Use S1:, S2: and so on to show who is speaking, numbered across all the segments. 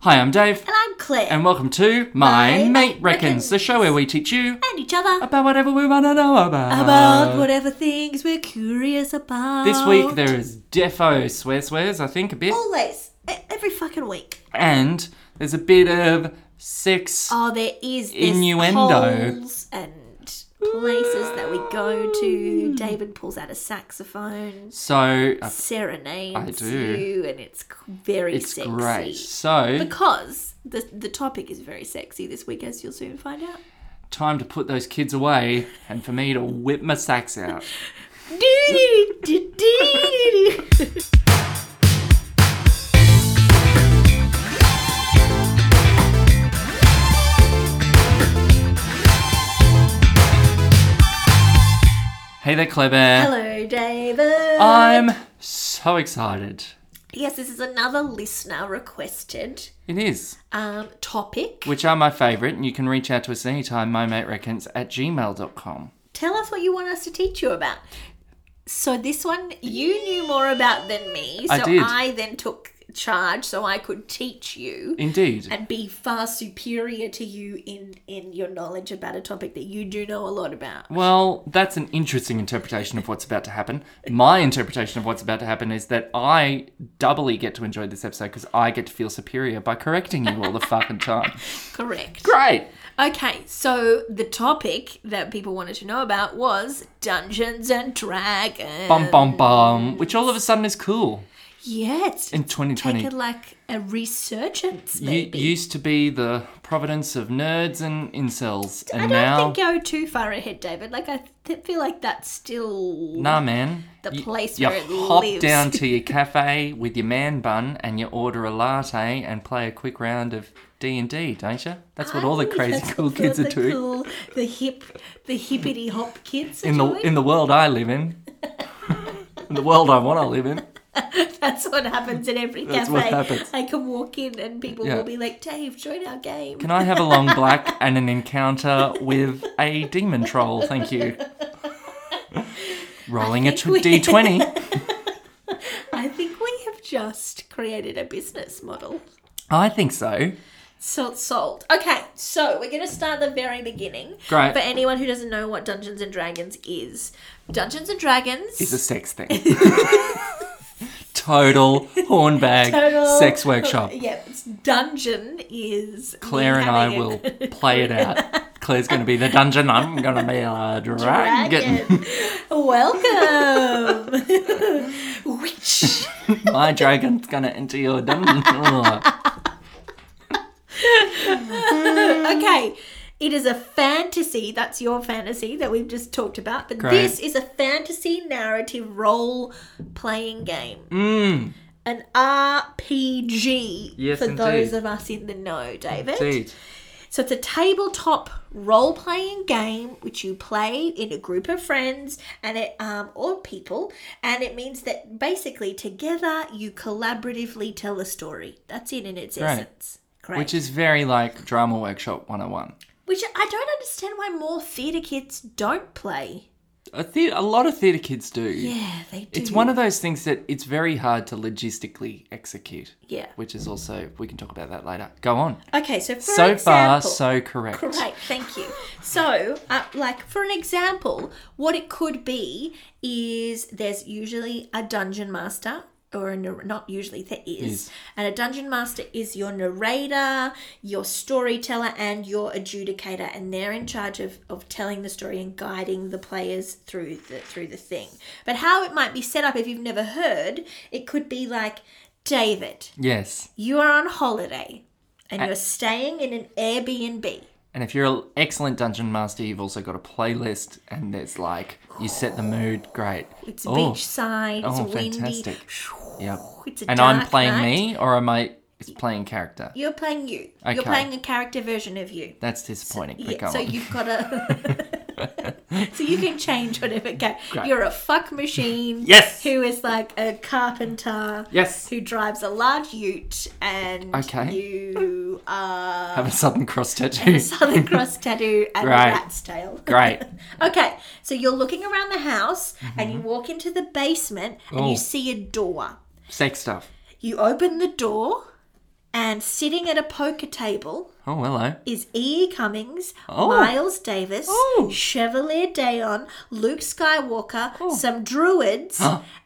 S1: Hi, I'm Dave,
S2: And I'm Claire.
S1: and welcome to My,
S2: My
S1: Mate
S2: Mate
S1: Reckons,
S2: Reckons.
S1: the show where we teach you
S2: and each other.
S1: about whatever we want to know about.
S2: about whatever things we're curious about.
S1: This week there is defo swear swears, I think, a bit,
S2: Always. E- Every fucking week.
S1: and there's a bit of sex.
S2: Oh, there is this
S1: Innuendo.
S2: holes and places that we go to. David pulls out a saxophone,
S1: So uh,
S2: serenades
S1: I do.
S2: you, and it's c- very
S1: it's
S2: sexy.
S1: great. So
S2: Because the, the topic is very sexy this week, as you'll soon find out.
S1: time to put those kids away, and for me to whip my sacks out.
S2: Hello,
S1: Hey there, Clever.
S2: David.
S1: I'm so excited.
S2: Yes, this is another listener requested
S1: It is.
S2: um, topic.
S1: which are my favourite, and you can reach out to us anytime, mymatereckons at gmail.com.
S2: Tell us what you want us to teach you about. So this one you knew more about than me, so
S1: I did.
S2: then took charge so I could teach you
S1: Indeed.
S2: and be far superior to you in in your knowledge about a topic that you do know a lot about.
S1: Well, that's an interesting interpretation of what's about to happen. My interpretation of what's about to happen is that I doubly get to enjoy this episode because I get to feel superior by correcting you all the fucking time.
S2: Correct.
S1: Great!
S2: Okay, so the topic that people wanted to know about was Dungeons and Dragons.
S1: Bum bum bum, which all of a sudden is cool
S2: Yeah, it's
S1: in
S2: taken
S1: 2020.
S2: like a resurgence,
S1: You
S2: maybe.
S1: used to be the providence of nerds and incels, and
S2: I don't
S1: now,
S2: think go too far ahead, David. Like I th- feel like that's still
S1: nah, man,
S2: the
S1: You-
S2: place
S1: You
S2: where it
S1: hop
S2: lives.
S1: down to your cafe with your man bun and you order a latte and play a quick round of D and D, don't you? That's what all the crazy
S2: That's
S1: cool
S2: what
S1: kids are
S2: the
S1: doing
S2: cool- the hip, the hippity hop kids are
S1: in the
S2: doing.
S1: in the world I live in, in the world I want to live in.
S2: That's what happens in every
S1: That's
S2: cafe.
S1: what happens.
S2: I can walk in and people
S1: Yeah.
S2: will be like, "Dave, join our game."
S1: Can I have a long black and an encounter with a demon troll? Thank you. Rolling a
S2: think we-
S1: d twenty.
S2: I think we have just created a business model.
S1: I think so.
S2: So sold. Okay, so we're going to start the very beginning.
S1: Great.
S2: For anyone who doesn't know what Dungeons and Dragons is, Dungeons and Dragons
S1: It's a sex thing. Total hornbag
S2: Total-
S1: sex workshop.
S2: Yep, it's dungeon is me
S1: Claire and I
S2: having a
S1: will play it out. Claire's going to be the dungeon. I'm going to be a dragon.
S2: dragon. Welcome. Which
S1: My dragon's going to enter your dungeon.
S2: okay. It is a fantasy, that's your fantasy that we've just talked about, but
S1: Great.
S2: this is a fantasy narrative role playing game.
S1: Mm,
S2: an RPG
S1: Yes,
S2: for those
S1: indeed.
S2: of us in the know, David.
S1: indeed.
S2: So it's a tabletop role playing game which you play in a group of friends and it um, or people, and it means that basically together you collaboratively tell a story. That's it in its essence. Correct.
S1: Which is very like Drama Workshop 101.
S2: which I don't understand why more theatre kids don't play.
S1: A, the- a lot of theatre kids do.
S2: Yeah, they do.
S1: It's one of those things that it's very hard to logistically execute,
S2: yeah.
S1: which is also, we can talk about that later. Go on.
S2: Okay, so for
S1: so far,
S2: example-
S1: so correct.
S2: Great, thank you. So, uh, like for an example, what it could be is there's usually a dungeon master, or a, nar- not usually, there is.
S1: Is.
S2: And a dungeon master is your narrator, your storyteller, and your adjudicator, and they're in charge of, of telling the story and guiding the players through the through the thing. But how it might be set up, if you've never heard, it could be like David,
S1: Yes.
S2: you are on holiday. And you're staying in an Airbnb.
S1: And if you're an excellent dungeon master, you've also got a playlist, and there's like, you set the mood. Great.
S2: It's
S1: Oh.
S2: beachside. It's
S1: Oh,
S2: windy.
S1: fantastic. Yep.
S2: It's a
S1: and
S2: dark
S1: I'm playing
S2: night.
S1: me, or am I it's playing character?
S2: You're playing you.
S1: Okay.
S2: You're playing a character version of you.
S1: That's disappointing. but
S2: Yeah,
S1: go
S2: so
S1: on.
S2: you've got a. so you can change whatever. Ca-
S1: Great.
S2: You're a fuck machine.
S1: Yes.
S2: Who is like a carpenter.
S1: yes.
S2: Who drives a large ute and
S1: Okay.
S2: you are
S1: Have a southern cross tattoo.
S2: a Southern Cross tattoo and
S1: Right.
S2: a rat's tail.
S1: Great.
S2: Okay, so you're looking around the house and you walk into the basement
S1: Mm-hmm.
S2: and
S1: Oh.
S2: you see a door.
S1: Sex stuff.
S2: You open the door And sitting at a poker table
S1: Oh, hello.
S2: is E. E. Cummings,
S1: Oh.
S2: Miles Davis,
S1: Oh.
S2: Chevalier Daon, Luke Skywalker, some druids,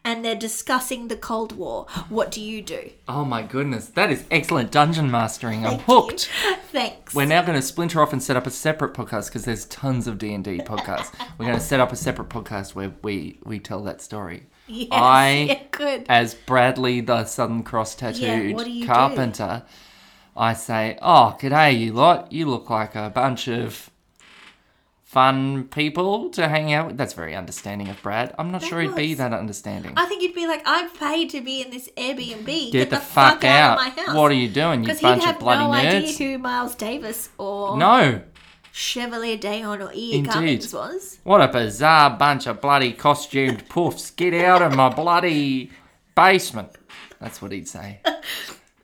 S2: and they're discussing the Cold War. What do you do?
S1: Oh my goodness, that is excellent dungeon mastering. I'm
S2: Thank you.
S1: hooked.
S2: Thanks.
S1: We're now going to splinter off and set up a separate podcast because there's tons of D and D podcasts. We're going to set up a separate podcast where we we tell that story.
S2: Yes,
S1: I-
S2: yeah, good.
S1: As Bradley, the Southern Cross tattooed
S2: what do you do?
S1: carpenter, I say, "Oh, g'day, you lot. You look like a bunch of fun people to hang out with." That's very understanding of Brad. I'm not sure he'd be
S2: was.
S1: that understanding.
S2: I think you'd be like, I'm paid to be in this Airbnb. Get,
S1: Get the, fuck, out!
S2: of my house.
S1: What are you doing, you
S2: Because he'd
S1: bunch of
S2: have
S1: bloody
S2: no
S1: nerds?
S2: idea who Miles Davis or
S1: No.
S2: Chevalier Dayon or E.
S1: Indeed.
S2: Cummings was.
S1: What a bizarre bunch of bloody costumed poofs. Get out of my bloody basement. That's what he'd say.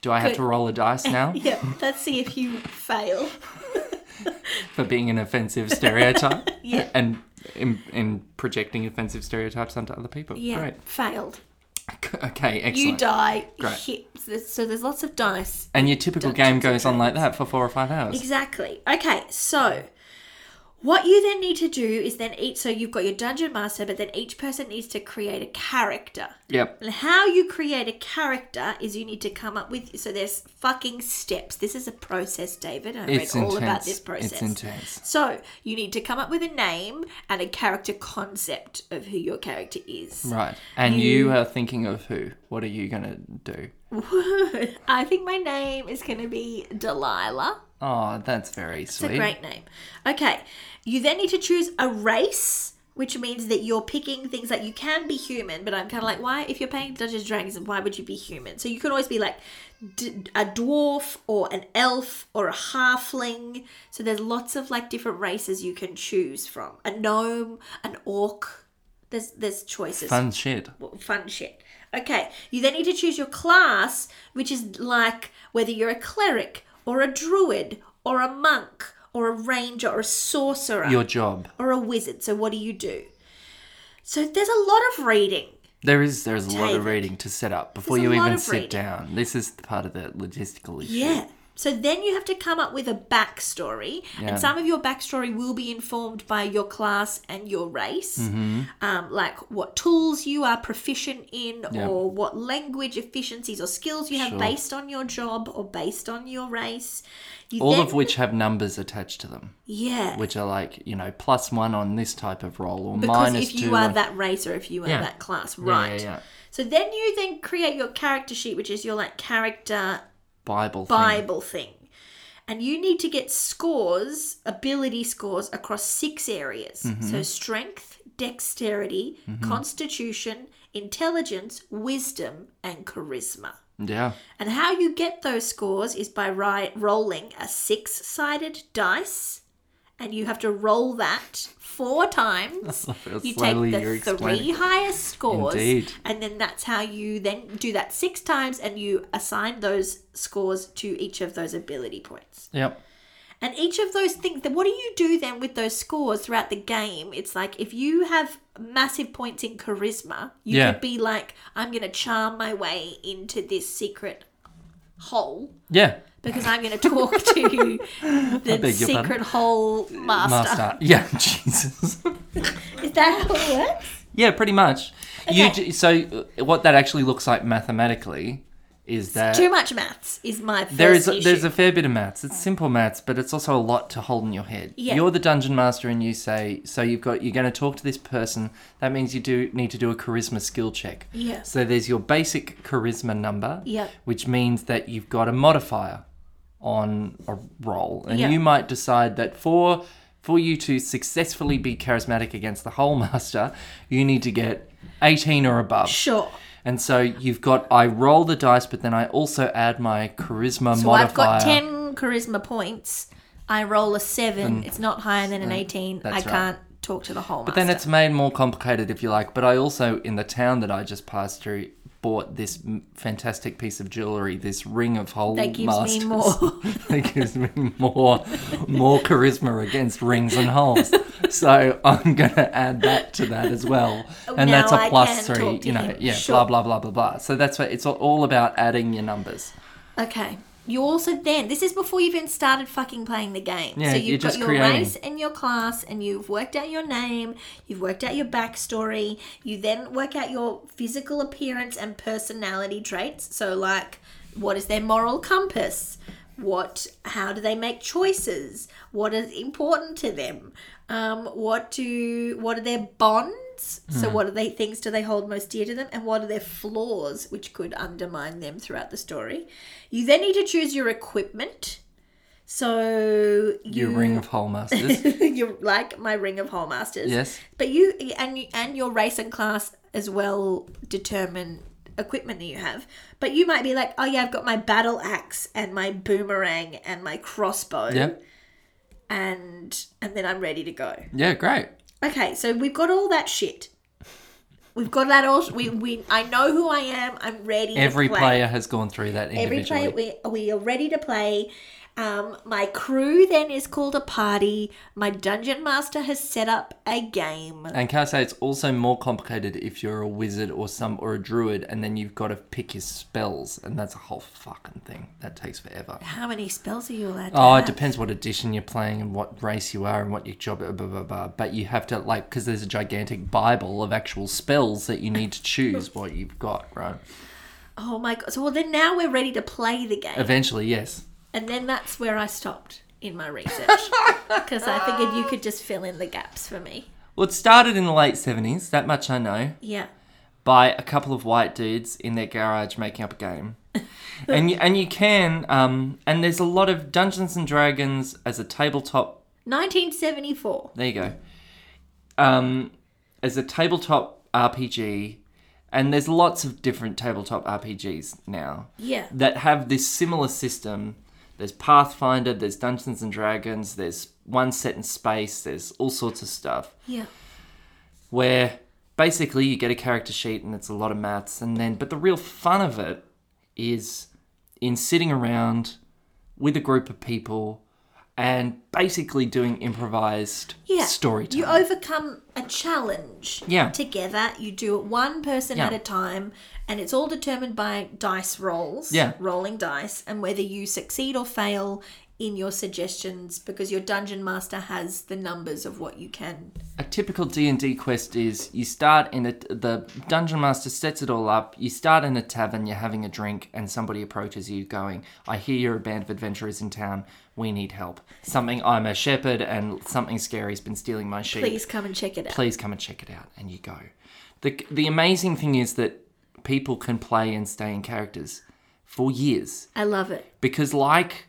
S1: Do I have to roll a dice now
S2: Yeah, let's see if you fail.
S1: for being an offensive stereotype?
S2: Yeah.
S1: And in, in projecting offensive stereotypes onto other people.
S2: Yeah,
S1: Great.
S2: failed.
S1: Okay, excellent.
S2: You die.
S1: Great.
S2: Hit. So there's lots of dice.
S1: and your typical game goes on like that for four or five hours.
S2: Exactly. Okay, so what you then need to do is then each, so you've got your dungeon master, but then each person needs to create a character.
S1: Yep.
S2: And how you create a character is you need to come up with, so there's fucking steps. This is a process, David. I
S1: It's
S2: read
S1: intense.
S2: all about this process.
S1: It's intense.
S2: So you need to come up with a name and a character concept of who your character is.
S1: Right. And you are thinking of who? What are you going to do?
S2: I think my name is going to be Delilah.
S1: Oh, that's very sweet.
S2: It's a great name. Okay. You then need to choose a race, which means that you're picking things like you can be human, but I'm kind of like, why? If you're playing Dungeons and Dragons, why would you be human? So you can always be like d- a dwarf or an elf or a halfling. So there's lots of like different races you can choose from. A gnome, an orc. There's there's choices
S1: Fun shit.
S2: well, fun shit. Okay, you then need to choose your class, which is like whether you're a cleric or a druid or a monk or a ranger or a sorcerer
S1: Your job.
S2: or a wizard. So what do you do? So there's a lot of reading.
S1: There is there's a lot of
S2: David.
S1: reading to set up before
S2: There's a
S1: you
S2: lot
S1: even
S2: of
S1: sit
S2: reading.
S1: down. This is the part of the logistical issue.
S2: Yeah. So then you have to come up with a backstory,
S1: Yeah.
S2: and some of your backstory will be informed by your class and your race,
S1: Mm-hmm.
S2: um, like what tools you are proficient in,
S1: Yeah.
S2: or what language efficiencies or skills you have
S1: Sure.
S2: based on your job or based on your race. You
S1: All
S2: then-
S1: of which have numbers attached to them,
S2: yeah,
S1: which are like, you know, plus one on this type of roll or
S2: because
S1: minus
S2: if
S1: two.
S2: you are
S1: on-
S2: that race or if you are
S1: Yeah.
S2: that class,
S1: Yeah, yeah,
S2: right?
S1: yeah.
S2: So then you then create your character sheet, which is your like character
S1: Bible thing.
S2: Bible thing. And you need to get scores, ability scores, across six areas.
S1: Mm-hmm.
S2: So strength, dexterity, constitution, intelligence, wisdom, and charisma.
S1: Yeah.
S2: And how you get those scores is by ri- rolling a six sided dice. And you have to roll that four times. You take
S1: Slowly you're
S2: the three
S1: explaining.
S2: highest scores,
S1: Indeed.
S2: and then that's how you then do that six times, and you assign those scores to each of those ability points.
S1: Yep.
S2: And each of those things, then what do you do then with those scores throughout the game? It's like if you have massive points in charisma, you
S1: Yeah.
S2: could be like, I'm going to charm my way into this secret hole
S1: Yeah.
S2: because I'm going to talk to you, the
S1: beg your pardon?
S2: secret hole master.
S1: Master. Yeah, Jesus.
S2: Is that how it works?
S1: yeah, pretty much. You
S2: Okay.
S1: d- so uh, what that actually looks like mathematically is that
S2: Too much maths is my first
S1: Uh, There is a,
S2: issue.
S1: there's a fair bit of maths. It's simple maths, but it's also a lot to hold in your head.
S2: Yeah.
S1: You're the dungeon master, and you say so. You've got you're going to talk to this person. That means you do need to do a charisma skill check.
S2: Yeah.
S1: So there's your basic charisma number.
S2: Yeah.
S1: Which means that you've got a modifier on a roll, and
S2: Yeah.
S1: you might decide that for for you to successfully be charismatic against the whole master, you need to get 18 or above.
S2: Sure.
S1: And so you've got I roll the dice, but then I also add my charisma
S2: So
S1: modifier.
S2: I've got 10 charisma points. I roll a 7. It's not higher than an 18. I
S1: Mm. right.
S2: can't talk to the whole master.
S1: Then it's made more complicated, if you like. But I also, in the town that I just passed through, bought this m- fantastic piece of jewelry, this ring of whole
S2: That gives
S1: masters.
S2: me more.
S1: that gives me more, more charisma against rings and holes. So I'm going to add that to that as well, and
S2: Now
S1: that's a
S2: I
S1: plus
S2: can
S1: three.
S2: talk to
S1: You know,
S2: him.
S1: yeah, blah
S2: Sure.
S1: blah blah blah blah. So that's what it's all about adding your numbers.
S2: okay. you also then this is before you've even started fucking playing the game.
S1: Yeah,
S2: so
S1: you're
S2: you've got
S1: just
S2: your
S1: creating.
S2: race and your class, and you've worked out your name. You've worked out your backstory. You then work out your physical appearance and personality traits. So like, what is their moral compass? What? How do they make choices? What is important to them? Um, what do? What are their bonds? So what are they things do they hold most dear to them, and what are their flaws which could undermine them throughout the story? You then need to choose your equipment. So
S1: Your
S2: you
S1: ring of Hole Masters.
S2: you like my ring of hall masters.
S1: Yes.
S2: But you and you, and your race and class as well determine equipment that you have. But you might be like, oh yeah, I've got my battle axe and my boomerang and my crossbow.
S1: Yep.
S2: And and then I'm ready to go.
S1: Yeah, great.
S2: Okay, so we've got all that shit. We've got that all. We, we I know who I am. I'm ready.
S1: Every
S2: to play.
S1: player has gone through that
S2: Every
S1: individually.
S2: play we we are ready to play. Um, my crew then is called a party. My dungeon master has set up a game.
S1: And can I say it's also more complicated if you're a wizard or some or a druid, and then you've got to pick your spells, and that's a whole fucking thing that takes forever.
S2: How many spells are you allowed? To
S1: Oh,
S2: have?
S1: it depends what edition you're playing and what race you are and what your job. Blah, blah, blah, blah. But you have to like because there's a gigantic bible of actual spells that you need to choose what you've got. Right.
S2: Oh my god! So well, then now we're ready to play the game,
S1: Eventually, yes.
S2: and then that's where I stopped in my research because I figured you could just fill in the gaps for me.
S1: Well, it started in the late '70s. That much I know.
S2: Yeah.
S1: by a couple of white dudes in their garage making up a game. and you, and you can um, and there's a lot of Dungeons and Dragons as a tabletop.
S2: 1974.
S1: There you go. Um, as a tabletop RPG, and there's lots of different tabletop RPGs now
S2: Yeah.
S1: that have this similar system. There's Pathfinder, there's Dungeons and Dragons, there's one set in space, there's all sorts of stuff
S2: Yeah.
S1: where basically you get a character sheet and it's a lot of maths and then but the real fun of it is in sitting around with a group of people and basically doing improvised
S2: Yeah.
S1: storytelling.
S2: You overcome a challenge
S1: Yeah.
S2: together. You do it one person
S1: Yeah.
S2: at a time, and it's all determined by dice rolls,
S1: Yeah.
S2: rolling dice, and whether you succeed or fail in your suggestions because your dungeon master has the numbers of what you can.
S1: a typical D&D quest is you start in a the dungeon master sets it all up. You start in a tavern, you're having a drink and somebody approaches you going, "I hear you're a band of adventurers in town. We need help. Something I'm a shepherd and something scary's been stealing my sheep."
S2: Please come and check it out.
S1: please come and check it out and you go the the amazing thing is that people can play and stay in characters for years
S2: I love it.
S1: because like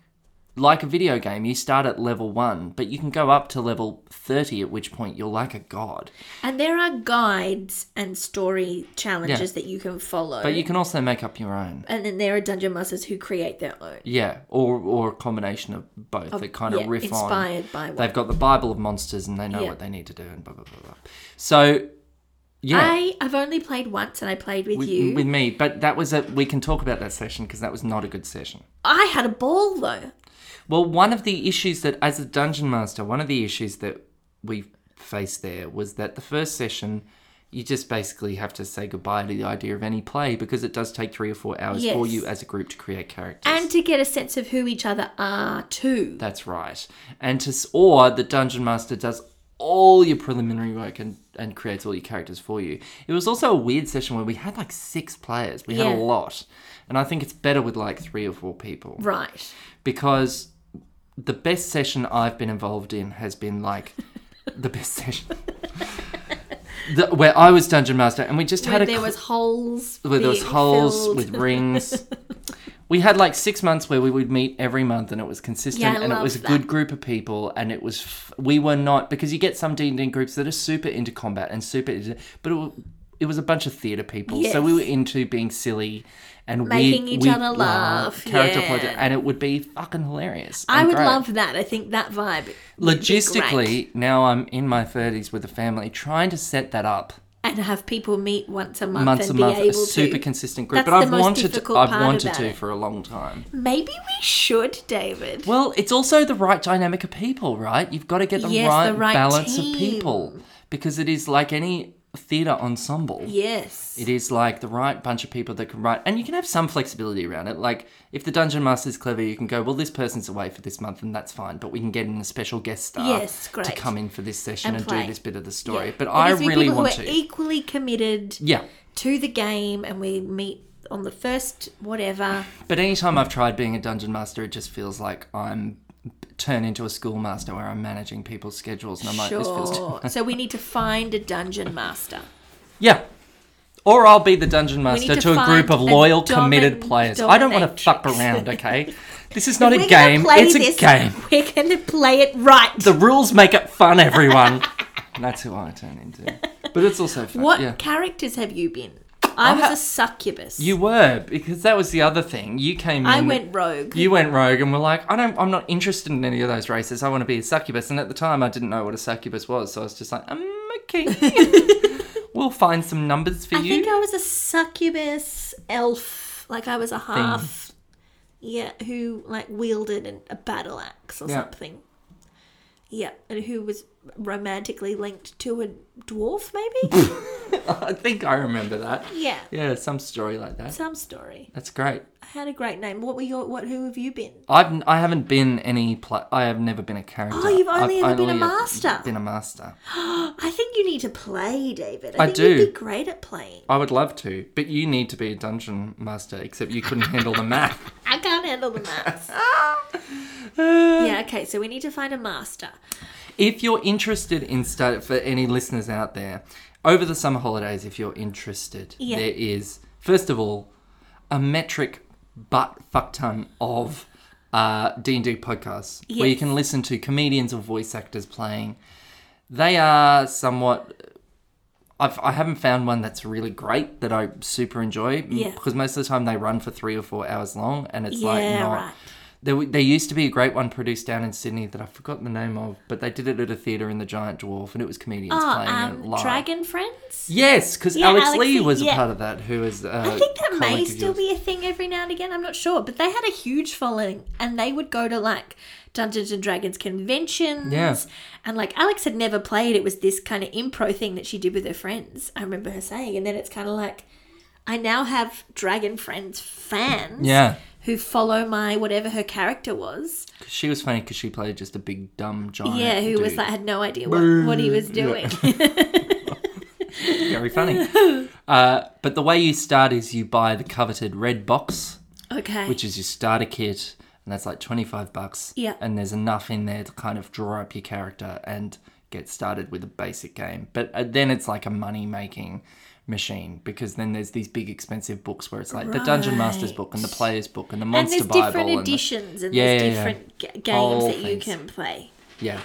S1: like a video game you start at level 1 but you can go up to level 30 at which point you're like a god
S2: And there are guides and story challenges that you can follow.
S1: but you can also make up your own
S2: and then there are dungeon masters who create their own.
S1: yeah or or a combination of both that kind of
S2: yeah,
S1: riff on
S2: inspired by one.
S1: they've got the bible of monsters and they know
S2: Yeah.
S1: what they need to do and blah blah blah blah so yeah
S2: I, I've only played once and I played with,
S1: with,
S2: you.
S1: with me but that was a we can talk about that session because that was not a good session
S2: I had a ball though.
S1: Well, one of the issues that, as a dungeon master, one of the issues that we faced there was that the first session, you just basically have to say goodbye to the idea of any play because it does take three or four hours for
S2: Yes.
S1: you as a group to create characters.
S2: And to get a sense of who each other are too.
S1: That's right. And to s- or the dungeon master does all your preliminary work and, and creates all your characters for you. It was also a weird session where we had like six players. We
S2: Yeah.
S1: had a lot. And I think it's better with like three or four people.
S2: Right.
S1: because the best session I've been involved in has been like the best session the, where I was dungeon master, and we just
S2: Where
S1: had a
S2: there
S1: cl-
S2: was holes.
S1: where there was
S2: being
S1: holes
S2: filled.
S1: with rings. we had like six months where we would meet every month, and it was consistent,
S2: Yeah, I
S1: and it
S2: love
S1: was a
S2: that.
S1: good group of people, and it was f- we were not because you get some D and D groups that are super into combat and super, into, but it, wa- it was a bunch of theater people, so we
S2: Yes.
S1: were into being silly. And
S2: Making
S1: weird,
S2: each
S1: weird
S2: other laugh,
S1: character
S2: yeah.
S1: plot, and it would be fucking hilarious.
S2: I
S1: and
S2: would
S1: great.
S2: love that. I think that vibe. would be great.
S1: Logistically, now I'm in my 30s with a family, trying to set that up
S2: And have people meet once a month
S1: months
S2: and
S1: a month,
S2: be
S1: a
S2: able
S1: super
S2: to.
S1: consistent group.
S2: That's
S1: but
S2: the
S1: I've
S2: most
S1: wanted,
S2: difficult
S1: I've
S2: part
S1: wanted
S2: about
S1: to
S2: it.
S1: for a long time.
S2: Maybe we should, David.
S1: Well, it's also the right dynamic of people, right? You've got to get the,
S2: Yes,
S1: right,
S2: the right
S1: balance
S2: team.
S1: of people because it is like any theatre ensemble.
S2: Yes.
S1: It is like the right bunch of people that can write, and you can have some flexibility around it. Like if the dungeon master is clever, you can go, well, this person's away for this month, and that's fine. But we can get in a special guest star
S2: Yes,
S1: to
S2: great.
S1: come in for this session
S2: And
S1: and,
S2: play.
S1: do this bit of the story.
S2: Yeah.
S1: But
S2: It
S1: I
S2: needs to be
S1: really
S2: people
S1: want
S2: who are
S1: to.
S2: equally committed
S1: yeah.
S2: to the game, and we meet on the first whatever.
S1: But anytime I've tried being a dungeon master, it just feels like I'm turned into a schoolmaster where I'm managing people's schedules, and I'm like, this feels too
S2: Sure. so we need to find a dungeon master.
S1: Yeah. Or I'll be the dungeon
S2: need
S1: master
S2: to
S1: to, a
S2: find
S1: group of
S2: a
S1: loyal,
S2: domin-
S1: committed players. I don't want to
S2: dominatrix.
S1: fuck around, okay? This is not a
S2: We're gonna
S1: game.
S2: play
S1: It's
S2: this-
S1: a game.
S2: We're going to play it right.
S1: The rules make it fun, everyone. and that's who I turn into. But it's also fun.
S2: what
S1: Yeah.
S2: characters have you been? I was a succubus.
S1: You were, because that was the other thing. You came in.
S2: I went rogue.
S1: You went rogue and were like, I don't, I'm not interested in any of those races. I want to be a succubus. And at the time, I didn't know what a succubus was, so I was just like, um, okay. we'll find some numbers for
S2: I
S1: you.
S2: think I was a succubus elf. Like I was a half. Yeah, who like wielded an, a battle axe or
S1: Yeah.
S2: something. Yeah, and who was romantically linked to a dwarf, maybe?
S1: I think I remember that.
S2: yeah.
S1: Yeah, some story like that.
S2: Some story.
S1: That's great.
S2: I had a great name. What were your? What? Who have you been?
S1: I've I haven't been any pla I have never been a character.
S2: Oh, you've only
S1: I've
S2: ever been a
S1: only
S2: master.
S1: Been a master.
S2: I think you need to play, David. I,
S1: I
S2: think
S1: do.
S2: You'd be great at playing.
S1: I would love to, but you need to be a dungeon master. Except you couldn't handle the math.
S2: I can't handle the maths. yeah. Okay. So we need to find a master.
S1: If you're interested in study, for any listeners out there, over the summer holidays, if you're interested,
S2: Yeah.
S1: there is, first of all, a metric butt fuck ton of uh, D&D podcasts where you
S2: Yes.
S1: can listen to comedians or voice actors playing. They are somewhat. I've, I haven't found one that's really great that I super enjoy
S2: Yeah.
S1: because most of the time they run for three or four hours long and it's like
S2: Yeah,
S1: not
S2: right.
S1: there, w- there used to be a great one produced down in Sydney that I've forgotten the name of, but they did it at a theatre in the Giant Dwarf, and it was comedians
S2: Oh,
S1: playing it
S2: um,
S1: live.
S2: dragon friends.
S1: Yes, because
S2: Yeah,
S1: Alex,
S2: Alex
S1: Lee
S2: Lee,
S1: was
S2: yeah.
S1: a part of that. Who is? Uh,
S2: I think that may still be a thing every now and again. I'm not sure, but they had a huge following, and they would go to like Dungeons and Dragons conventions.
S1: Yeah.
S2: And like Alex had never played. It was this kind of improv thing that she did with her friends. I remember her saying, and then it's kind of like, I now have dragon friends fans.
S1: Yeah,
S2: Who follow my whatever her character was?
S1: 'Cause she was funny because she played just a big dumb giant.
S2: Yeah, who was
S1: dude.
S2: like had no idea what, what he was
S1: Yeah.
S2: doing.
S1: very funny. uh, but the way you start is you buy the coveted red box.
S2: okay.
S1: which is your starter kit, and that's like twenty five bucks.
S2: Yeah.
S1: And there's enough in there to kind of draw up your character and get started with a basic game. But uh, then it's like a money making machine because then there's these big expensive books where it's like the Dungeon Master's book and the Player's book and the
S2: and
S1: Monster
S2: there's
S1: Bible
S2: different
S1: and the-
S2: editions and
S1: Yeah,
S2: there's
S1: yeah, yeah.
S2: different g- games
S1: Whole
S2: that you
S1: things.
S2: can play.
S1: yeah.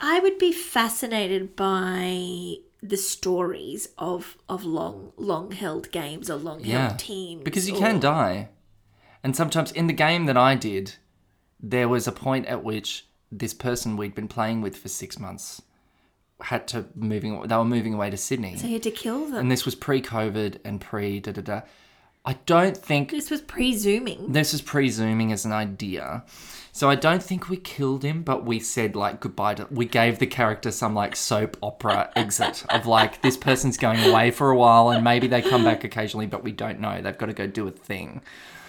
S2: I would be fascinated by the stories of of long long held games or long held
S1: yeah
S2: teams
S1: because you
S2: or-
S1: can die and sometimes in the game that i did there was a point at which this person we'd been playing with for six months had to moving they were moving away to sydney
S2: So you had to kill them.
S1: and this was pre-covid and pre da da da i don't think
S2: this was pre zooming.
S1: this is pre-zooming as an idea so i don't think we killed him but we said like goodbye to we gave the character some like soap opera exit of like this person's going away for a while and maybe they come back occasionally but we don't know they've got to go do a thing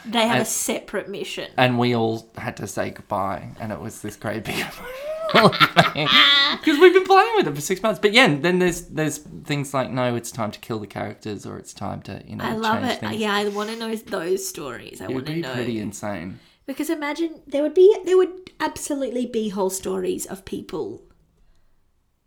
S2: They have a separate mission.
S1: and we all had to say goodbye, and it was this great big because we've been playing with it for six months. But yeah, then there's there's things like no, it's time to kill the characters, or it's time to you know
S2: I love
S1: change
S2: it.
S1: things.
S2: Yeah, I want to know those stories. I
S1: it
S2: want
S1: would
S2: to
S1: be
S2: know
S1: pretty insane.
S2: because imagine there would be there would absolutely be whole stories of people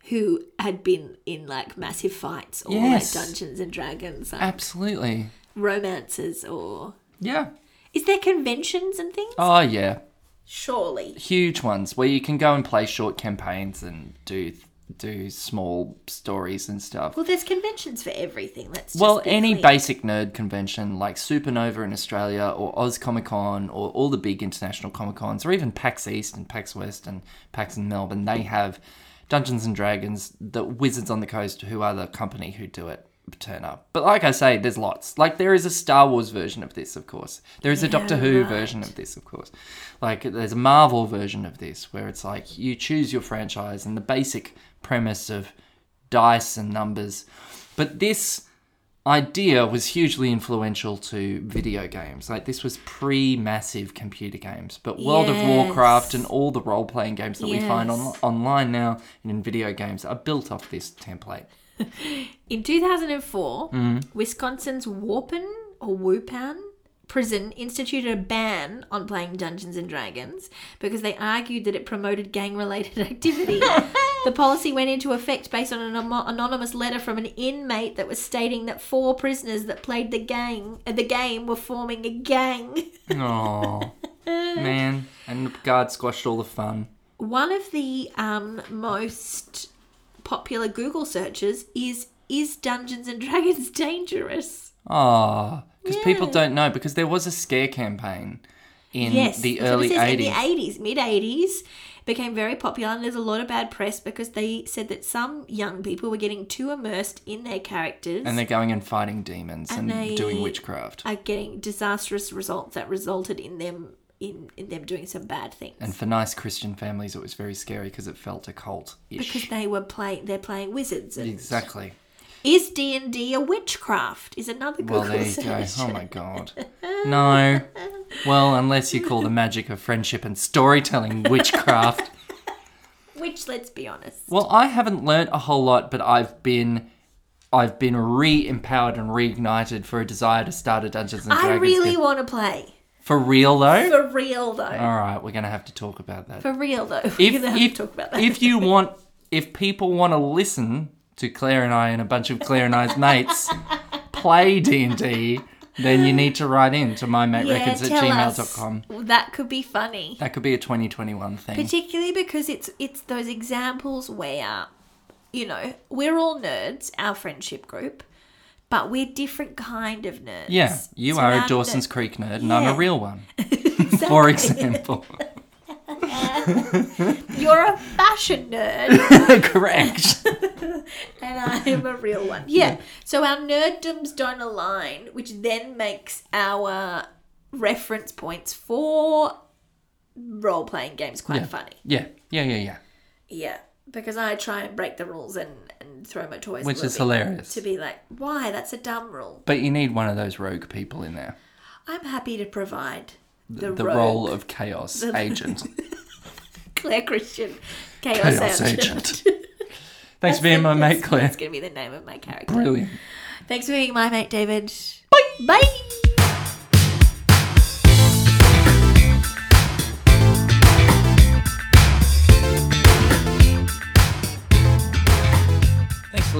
S2: who had been in like massive fights or
S1: Yes.
S2: like Dungeons and Dragons like,
S1: Absolutely,
S2: romances or
S1: yeah.
S2: is there conventions and things?
S1: Oh yeah,
S2: Surely.
S1: huge ones where you can go and play short campaigns and do do small stories and stuff.
S2: Well, there's conventions for everything. Let's just
S1: Well,
S2: be
S1: any
S2: clear.
S1: basic nerd convention like Supernova in Australia or Oz Comic Con or all the big international Comic Cons or even PAX East and PAX West and PAX in Melbourne, they have Dungeons and Dragons, the Wizards on the Coast, who are the company who do it, turn up. But like I say, there's lots. Like there is a Star Wars version of this, of course. There is a Doctor Who version of this, of course. Like there's a Marvel version of this where it's like you choose your franchise and the basic premise of dice and numbers. But this idea was hugely influential to video games. Like this was pre-massive computer games, but World of Warcraft
S2: Yes.
S1: and all the role-playing games that we find on-
S2: Yes.
S1: online now and in video games are built off this template.
S2: In 2004, Wisconsin's Warpen or Wupan prison instituted a ban on playing Dungeons and Dragons because they argued that it promoted gang related activity. the policy went into effect based on an amo- anonymous letter from an inmate that was stating that four prisoners that played the gang uh, the game were forming a gang.
S1: Oh man, and the guard squashed all the fun.
S2: One of the um, most popular Google searches is is Dungeons and Dragons dangerous?
S1: Ah, because people
S2: Yeah.
S1: don't know because there was a scare campaign in
S2: yes,
S1: the
S2: that's what
S1: early
S2: it says, in the
S1: '80s.
S2: 80s, mid 80s, became very popular, and there's a lot of bad press because they said that some young people were getting too immersed in their characters
S1: And they're going and fighting demons and,
S2: And they-
S1: doing witchcraft
S2: are getting disastrous results that resulted in them in, in them doing some bad things.
S1: And for nice Christian families, it was very scary because it felt occult
S2: because
S1: ish.
S2: they were playing, they're playing wizards. And
S1: Exactly.
S2: Is D and D a witchcraft? Is another Google
S1: Well, there you go.
S2: search.
S1: Oh my god. No. Well, unless you call the magic of friendship and storytelling witchcraft.
S2: Which, let's be honest,
S1: Well, I haven't learnt a whole lot, but I've been. I've been re-empowered and reignited for a desire to start a Dungeons and Dragons
S2: I really
S1: game.
S2: want to play
S1: for real though.
S2: for real though.
S1: All right, we're gonna have to talk about that.
S2: for real though,
S1: if,
S2: we're gonna have
S1: if,
S2: to talk about that.
S1: if you want, if people want to listen to Claire and I and a bunch of Claire and I's mates play D and D, then you need to write in to mymaterecords at gmail.com.
S2: Us. That could be funny,
S1: That could be a 2021 thing.
S2: particularly because it's it's those examples where, you know, we're all nerds, our friendship group, but we're different kind of nerds.
S1: Yeah, you
S2: So
S1: are a
S2: that-
S1: Dawson's Creek nerd, and I'm a
S2: Yeah.
S1: real one,
S2: that-
S1: for example.
S2: You're a fashion nerd,
S1: Correct.
S2: and I'm a real one. Yeah. So our nerddoms don't align, which then makes our reference points for role playing games quite funny.
S1: Yeah, yeah, yeah, yeah.
S2: Yeah, because I try and break the rules and, and throw my toys. a
S1: Which
S2: little
S1: is
S2: bit
S1: hilarious.
S2: To be like, why? That's a dumb rule.
S1: But you need one of those rogue people in there.
S2: I'm happy to provide the,
S1: The
S2: rogue,
S1: role of chaos agent.
S2: Claire Christian chaos,
S1: Chaos
S2: agent.
S1: Thanks for being my mate, Claire.
S2: That's going to be the name of my character.
S1: Brilliant.
S2: Thanks for being my mate, David. Bye. Bye.
S1: Thanks for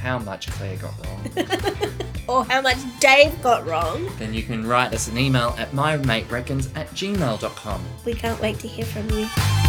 S1: how much Claire got wrong,
S2: Or Oh, how much Dave got wrong.
S1: then you can write us an email at mymatereckons at gmail.com.
S2: We can't wait to hear from you.